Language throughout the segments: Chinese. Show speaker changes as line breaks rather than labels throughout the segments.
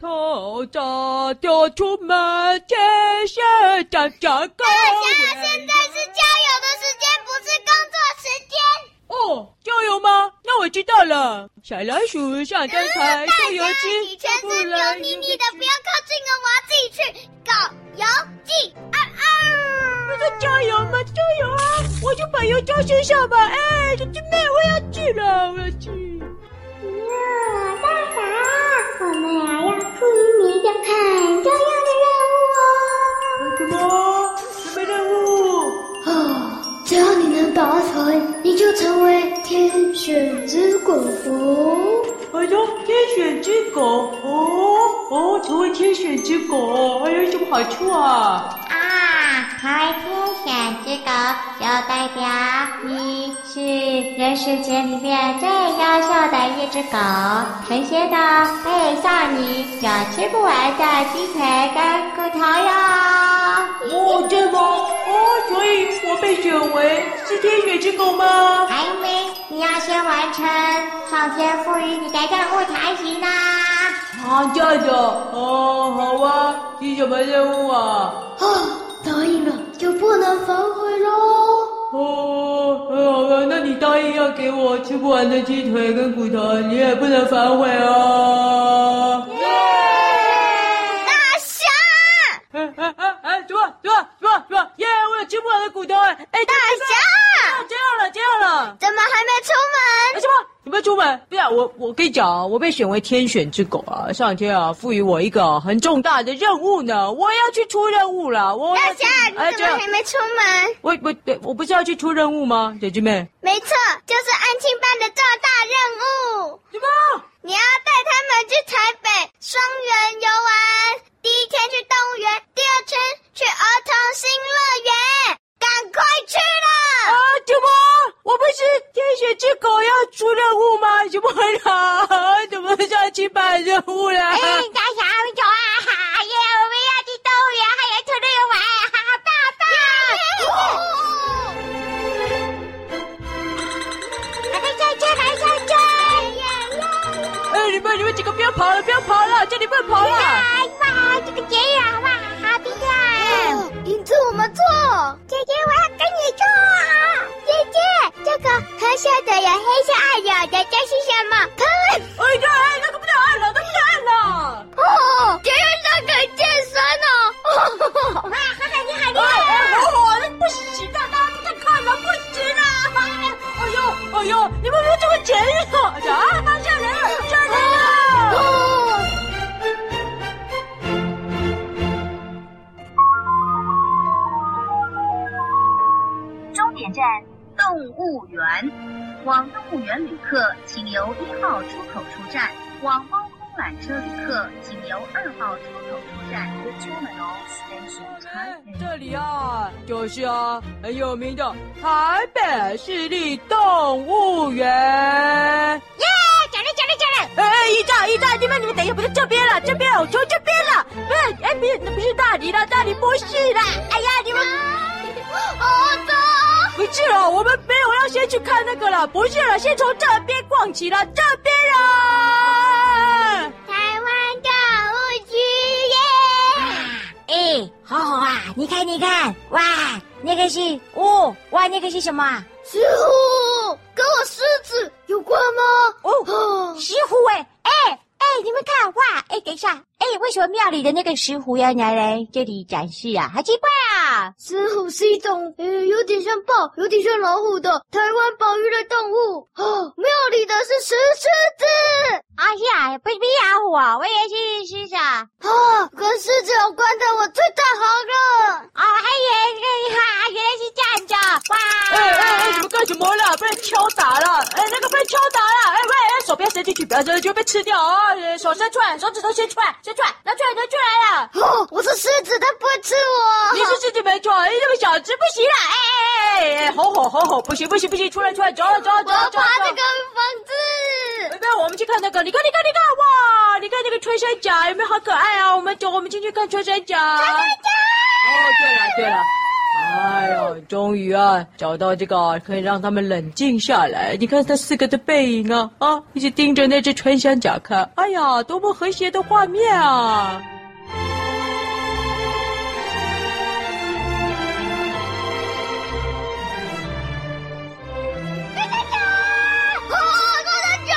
头早就出门，前些长长高。
想想哎现在是郊游的时间，不是工作时间。
哦，郊游吗？那我知道了。小老鼠上灯台，
大
出游
家
记
哎你全
不
身
来
油腻腻的，不要靠近哦，我要自己去。狗游记，啊啊！
不是郊游吗？郊游啊！我就把油浇身上吧。哎，小鸡妹，我要去了，我要去。
哟，大嫂，我们呀要赴一个很重要的任
什么？什么任务？
务哦。哦，只要你能把握好，你就成为天选之狗狗。
哎呦，天选之狗哦哦，成为天选之狗，哎有什么好处啊？
啊，成为天选之狗，就代表你是人世间里面最优秀的一只狗。神仙呢配上你有吃不完的鸡腿跟骨头哟。
哦，这么哦，所以我被选为是天选之狗吗？
还没，哎你要先完成上天赋予你的任务才行呢。
啊，这样子哦，好啊，是什么任务啊？
哦，答应了就不能反悔喽。
哦，哎好了，那你答应要给我吃不完的鸡腿跟骨头，你也不能反悔哦。
大侠，
哎哎哎哎，什么什么什么什么？耶！我有吃不完的骨头哎！哎，大
侠
这样了，这样了。
怎么还没出
哎，
门？
什么？你们出门？不要我，我跟你讲啊，我被选为天选之狗啊！上天啊，赋予我一个很重大的任务呢，我要去出任务了。我
大
要去
侠，
哎，
你
这
怎么
样
还，没出门？
我我对我不是要去出任务吗？小鸡妹，
没错，就是安庆办的重大任务。
什么？
你要带他们去台北双园游玩，第一天去动物园，第二天去儿童新乐园，赶快去
啊
啦！，
什么？我不是天选之狗要出任务吗？什么啦？ 怎么上去办任务啦？
哎，大侠我们走啊！哈耶，我们要去动物园，还有出去玩，
啊
哈哈，棒棒！我们上车，来上车！
哎，你们你们几个不要跑了，不要跑了，这里不能跑了。
哎哇，这个节日啊，哇，好漂亮！
哦银子，我们坐。
姐姐，我要跟你做啊！
姐姐，这个黑色的有黑色按钮的，这是什么？喷
哎呀，哎那个不能按了，那个不能按了。
哦，这是那个健身哦。
哇，哈哈，你好厉
哎
害！
哎，火火，那不行的，大家都看了，不行啊！哎呦，哎呦，你们没有这个节日啊！啊，发现人了，吓人了！
哦，
终点站动物园，往动物园旅客请由一号出口出站，往猫空缆车旅客请由二号出口出站。The terminal station 台北
这里啊，就是啊，很有名的台北市立动物园。
讲了讲了讲了，
哎，一站一站，你们你们等一下，不是这边了，这边了，我说这边了，不是，哎，不是，那不是大理了，大理不是啦，哎呀，你们。
我的。
不是哦，我们没有要先去看那个了，不是了，先从这边逛起了，这边啊啦。
台湾动物区耶！
哎，好好啊！你看你看，哇，那个是哦，哇，那个是什么啊？
师傅，跟我狮子有关吗？
哦，
哦，
石虎哎，哎哎，你们看哇，哎，等一下，哎，为什么庙里的那个石虎要拿来这里展示啊？好奇怪啊！
狮虎是一种呃，有点像豹，有点像老虎的台湾保育类动物。哦，庙里的是石狮子
啊是啊，不是不是老虎啊，我以为是是啥？
哦，跟狮子有关的我最在行了。
哦，还以为是哈，原来是站着哇！
哎哎哎，你们干什么啦？被人敲打了！哎，那个被敲打了！哎喂，哎，手不要伸进去，不要伸进去会被吃掉啊！哎手伸出来，手指头伸出来，伸出来，拿出来，拿出来了！
哦，我是狮子，它不会吃我。
啊你是自己没错，哎，这么小只不行啦！哎哎哎哎，吼吼吼吼，不行不行不行，出来出来，走走走
我要
走
爬这
走
个！房子。
哎，不要，我们去看那个，你看你看你看，哇，你看那个穿山甲有没有好可爱啊？我们走，我们进去看穿山甲。穿山甲。哦，对了对了，哎呀，终于啊，找到这个啊可以让他们冷静下来。你看他四个的背影啊啊，一起盯着那只穿山甲看。哎呀，多么和谐的画面啊！
啊，高团长，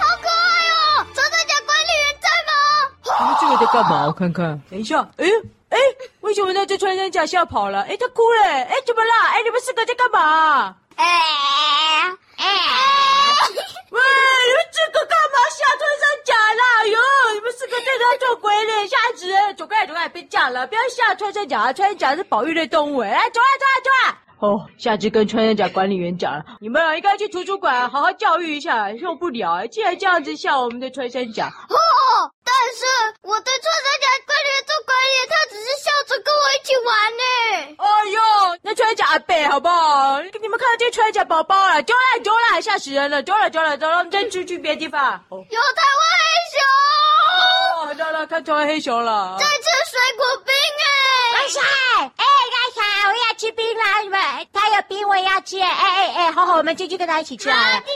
好可爱哦！长团长管理员在吗？
你哎们这个在干嘛？我看看。等一下，哎哎，为什么那只穿山甲吓跑了？哎，它哭了。哎，怎么啦？哎，你们四个在干嘛？
哎哎，
喂，你们这个干嘛吓穿山甲啦？哟，你们四个对它做鬼脸，吓死人！走开，走开，别讲了，不要吓穿山甲，穿山甲是保育类动物。哎，走啊，走啊，走啊！哦，下次跟穿山甲管理员讲了，你们啊应该去图书馆好好教育一下，受不了啊，竟然这样子吓我们的穿山甲。
哦，但是我对穿山甲管理员做管理员，他只是笑着跟我一起玩呢。
哎呦，那穿甲阿贝好不好？你们看到这穿甲宝宝了，丢了丢了，吓死人了，丢了丢了丢了，我们再出去别的地方。哦，
有台湾黑
哦，
熊。
到了，看出来黑熊了。
在吃水果冰哎、
哎哎，大侠，我要吃槟榔，们他有冰我要吃，哎哎哎，好好，我们进去跟他一起吃好了。
喂，不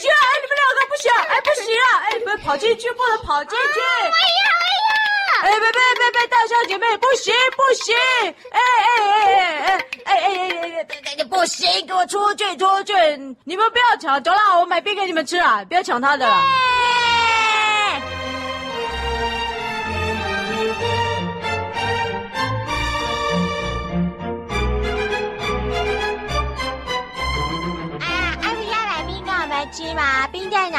行，哎，你们两个不行，哎，不行啊，哎，你们跑进去不能跑进去。
啊
哎呀哎呀！哎，别别别别，大小姐妹，不行不行！哎哎哎哎哎哎哎哎哎哎，不行，给我出去出去！你们不要抢，走啦，我买冰给你们吃啊，不要抢他的啦。
啊，阿不要买冰给我们吃吗？冰在哪？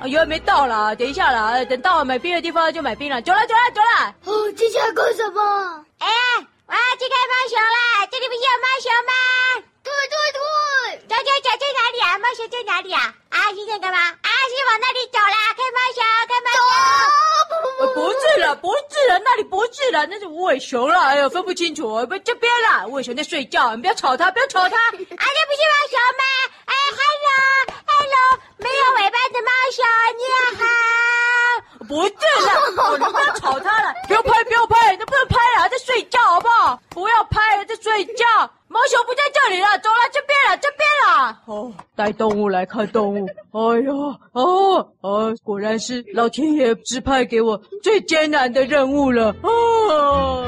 啊，有人没到啦，等一下啦，呃等到了买冰的地方就买冰了。走了，走了，走了。
哦，这下干什么？
哎，我要去看猫熊了，这里不是有猫熊吗？
对对对，
走走走，在哪里啊？猫熊在哪里啊？啊，是这个吗？啊，是往那里走啦，看猫熊，看猫熊。
呃不是了，不是了，那里不是了，那是无尾熊了。哎呦，分不清楚，不这边啦，无尾熊在睡觉，你不要吵它，不要吵它。
啊，这不是猫熊吗？哎，hello，hello，没有尾巴的猫熊，你好。
不是啦，哦你不要吵它了，不要拍，不要拍，那不能拍了，在睡觉好不好？不要拍了，在睡觉。毛熊不在这里了，走了，这边了，这边了。哦，带动物来看动物，哎呦，哦，哦，果然是老天爷指派给我最艰难的任务了，哦。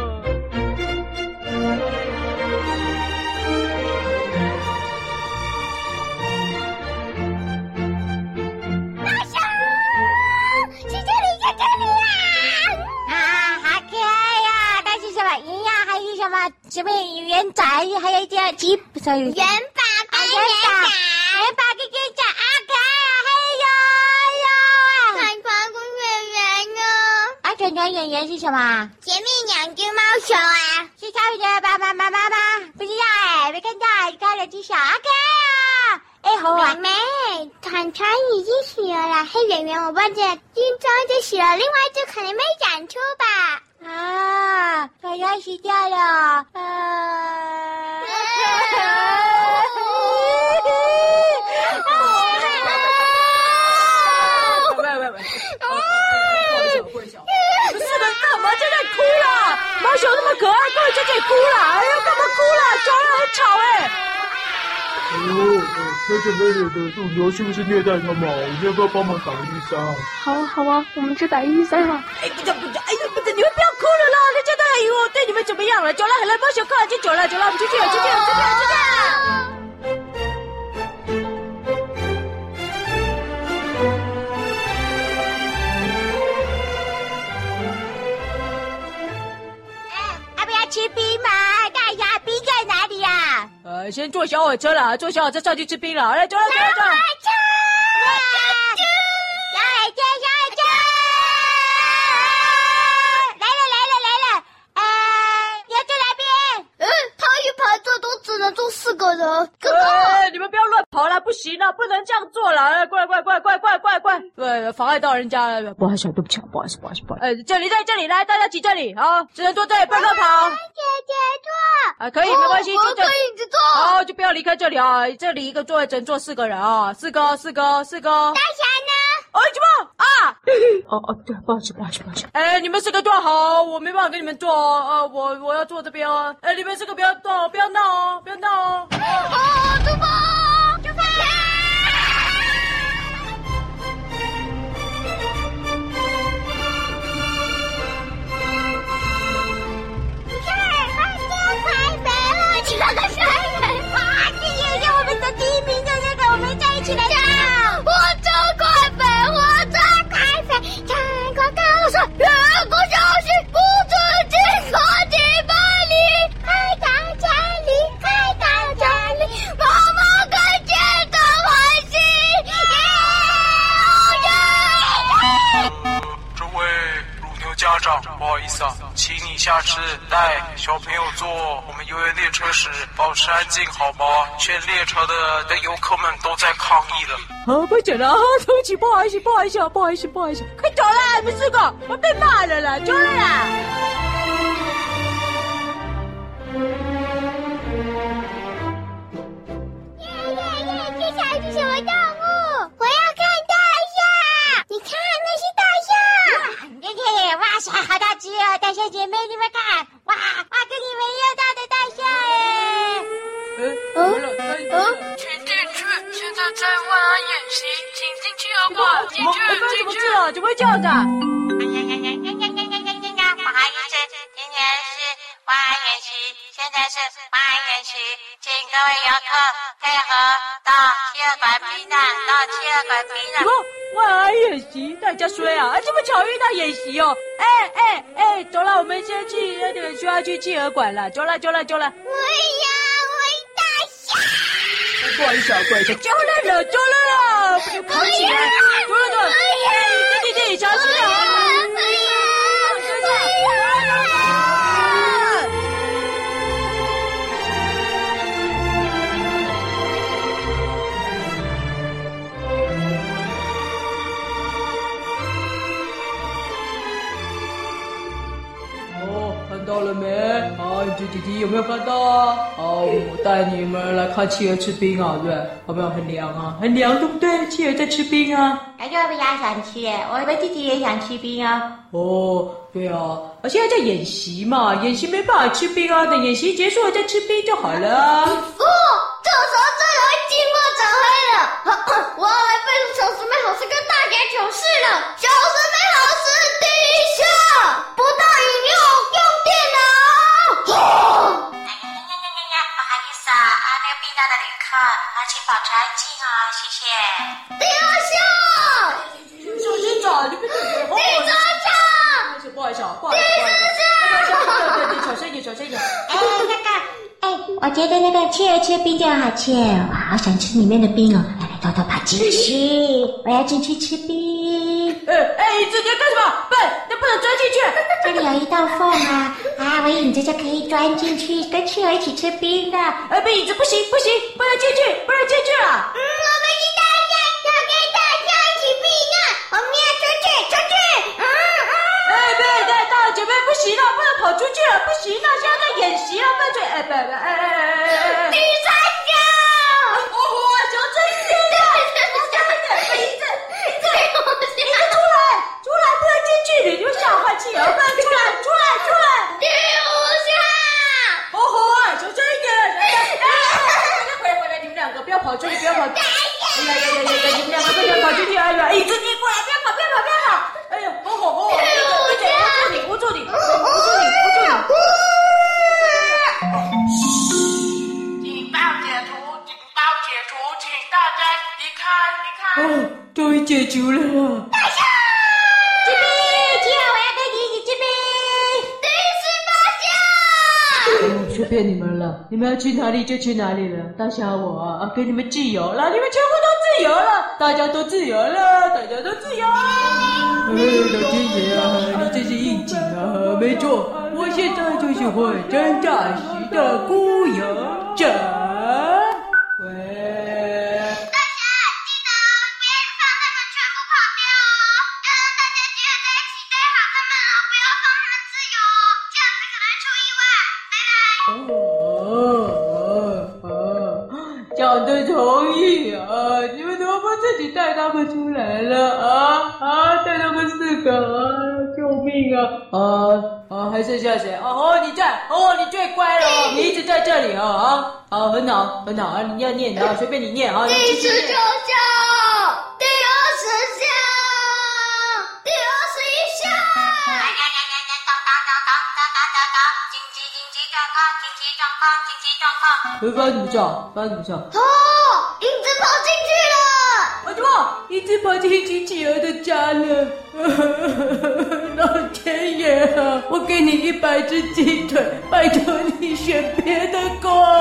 是这里，在这里啊！
啊，好可爱呀、但是什么营养，还有什么什么园长，还有一点鸡，不是园
元宝跟
啊，园
元
长，园宝跟园长啊，可爱啊，还有啊，
海皇宫演员呢？
啊，转转演员是什么？
前面两只猫熊啊，
是超人的爸爸妈妈吗？不知道哎、没看到，你看两只小，好可爱啊！哎，好玩。
妹，团团已经死了，黑演员我忘记了，金章就死了，另外一只可能没展出吧。
啊，小羊洗掉了，啊！
喂喂喂！不好意思，你们四个人干嘛在那哭啦？毛熊那么可爱，干嘛在这里哭啦？哎呀，干嘛哭啦？吵呀，很吵哎！
哦，小姐妹惹的鼠牛是不是虐待他们啊？我们要不要帮忙打个预防啊？
好啊，好啊，我们去打一三啊！
哎，不对不对，哎呀，不对，你们不要哭了啦！人家都还以为我对你们怎么样了。走了，好了，毛熊快点走了，走了，我们出去了，出去了，出去了，出去了。
要不要吃冰嘛？大牙冰在哪里呀、
呃，先坐小火车啦，坐小火车上去吃冰了。来，走了，走了，走了。
小海豚，小海豚，来了来了来了！哎，你要坐哪边？
嗯，他一排坐都只能坐四个人，哥
哎，你们不要乱跑啦，不行啦，不能这样做啦！哎，过来，过来，过来，过来，过来，过来，过来，对，哎妨碍到人家了。不好意思，对不起，不好意思，不好意思，不好意思。哎，这里，在这里，来，大家挤这里，好，只能坐这里，不要乱跑。
姐姐坐，
啊，可以，没关系，
哦我
就这
可
里。
以一直坐。
哎好，哎就不要离开这里啊！这里一个座位只能坐四个人啊，四个，四个，四个。
大侠呢？
儿子们啊！
哦哦，对，不好意思，不好意思，不好意思。
哎，你们四个坐好，我没办法跟你们坐哦。呃，我我要坐这边哦。哎，你们四个不要动哦，不要闹哦，不要闹哦。
哦，出发，出发！事儿快就快没了，你那个事儿啊！这也是我们的第一名，就是跟我们在一起的我真快飞，我真快飞，赶快告诉人不小心不自己和你们离开到家离开到家里，妈妈看见的欢喜。耶！
这位乳牛家长，不好意思啊，请你下次带小朋友坐我们游园列车时保持安静好吗？全列车的的游客们都在抗议了。
啊，不行了，啊对不起，不好意思，不好意思啊，不好意思，不好意思，快走啦，你们四个，我被骂了啦，走了啦。
耶耶耶！这
啊
下是什么动物？我要看大象。你看，那是大象。
弟弟，哇塞，好大只哦！大象姐妹，你们看，哇哇，跟你们一样大的大象哎！
啊
嗯，嗯，
全进去，现在在万安演习，请进去好不好？进
怎么
去
我
进
刚，什么
去。
字啊？怎么会这样的？
哎呀呀呀呀呀呀呀呀呀呀！不好意思，今年是万延期，现在是万延期，请各位游客配合到气象馆避难，到气象馆避
什
难
么。？万安演习，大家衰啊！啊，这么巧遇到演习哦！哎哎哎，走了，我们先去那个就要去企鹅馆了，走了走了走了，
我要回大象。
不好意思啊，不好意思，走了了走了了，不就跑起来，走了走了，哎，弟弟弟，小心点啊！哦，看到了没？啊，你这弟弟有没有看到啊？好，我带你们来看企鹅吃冰啊，对不对，有没有很凉啊？很凉，对不对？企鹅在吃冰啊。
哎呀，我也想吃，我的弟弟也想吃冰哦。
哦，对啊，啊，现在在演习嘛，演习没办法吃冰啊，等演习结束了再吃冰就好了啊。
哦，这时候最容易寂寞长黑了。 我要来背诵小师妹好诗跟大姐糗事了。小师妹好诗第一项：不带饮料，用电脑。
哎呀呀呀呀呀！不好意思啊，啊，那个避难的旅客，啊，请保持安静哦，谢谢。
第二项，
小心点，你别走。
第三项，
不好意思，不好意思啊，不好意思，不好意思，对对对，小声一点，小声一点。
哎，那个，哎，我觉得那个企鹅吃冰真好吃，我好想吃里面的冰哦！来来，豆豆跑进去，我要进去吃冰。
哎哎，你这你要干什么？笨，那不能钻进去。
这里有一道缝啊，啊，我影子就可以钻进去，跟企鹅一起吃冰的。
哎，被椅子不行不行，不能进去，不能进去了。
嗯，我们是大象，要跟大象一起避难，我们要出去，出去，嗯嗯。
哎，别别，大姐妹不行了，不能跑出去了，不行了，现在在演习了，不准哎，不哎哎哎哎哎哎！
第三项，
哦，小真心的，
第一次，第一次，
出来出来，不能进去，你就吓坏企鹅，不能出来出来出来！
第五项。
哦吼啊，小声一点，哎哎，回来回来，你们两个不要跑出去，不要跑出去。哎呀呀呀呀！你们两个不要跑出去！哎呀，椅子你过来，不要跑，不要跑，不要跑！哎呀，吼吼吼！对对对，捂住你，捂住你，捂住你，捂住你！
警报解除，警报解除，请大家离开，离开。
哦，终于解除了。
吃冰，企鹅，我要跟你一起吃冰。
第十八项，
我随便你们了，你们要去哪里就去哪里了。大侠我啊，啊给你们自由了，你们全部都自由了，大家都自由了，大家都自由了。哎，老天爷啊，你真是应景啊！没错，我现在就是火山大石的孤勇者。喂，
别让他们全部跑掉哦！要让大家聚在一起带好他们哦，不要放他们自由哦，这样子可能出意外。拜拜。
哦哦哦，讲的同意啊，你们怎么不自己带他们出来了啊啊！带他们四个啊！救命啊！啊啊！还剩下谁？哦，你在哦，你最乖了哦，你一直在这里哦啊！好，很好，很好啊！你要念啊，随便你念啊。
第十九章，第二十章，第二十一章。
会发生什么事啊？发生什么事啊？
哦，影子跑进
我
去了，
怎么一只跑进金企鹅的家 了？老天爷啊！我给你一百只鸡腿，拜托你选别的狗啊！Ah.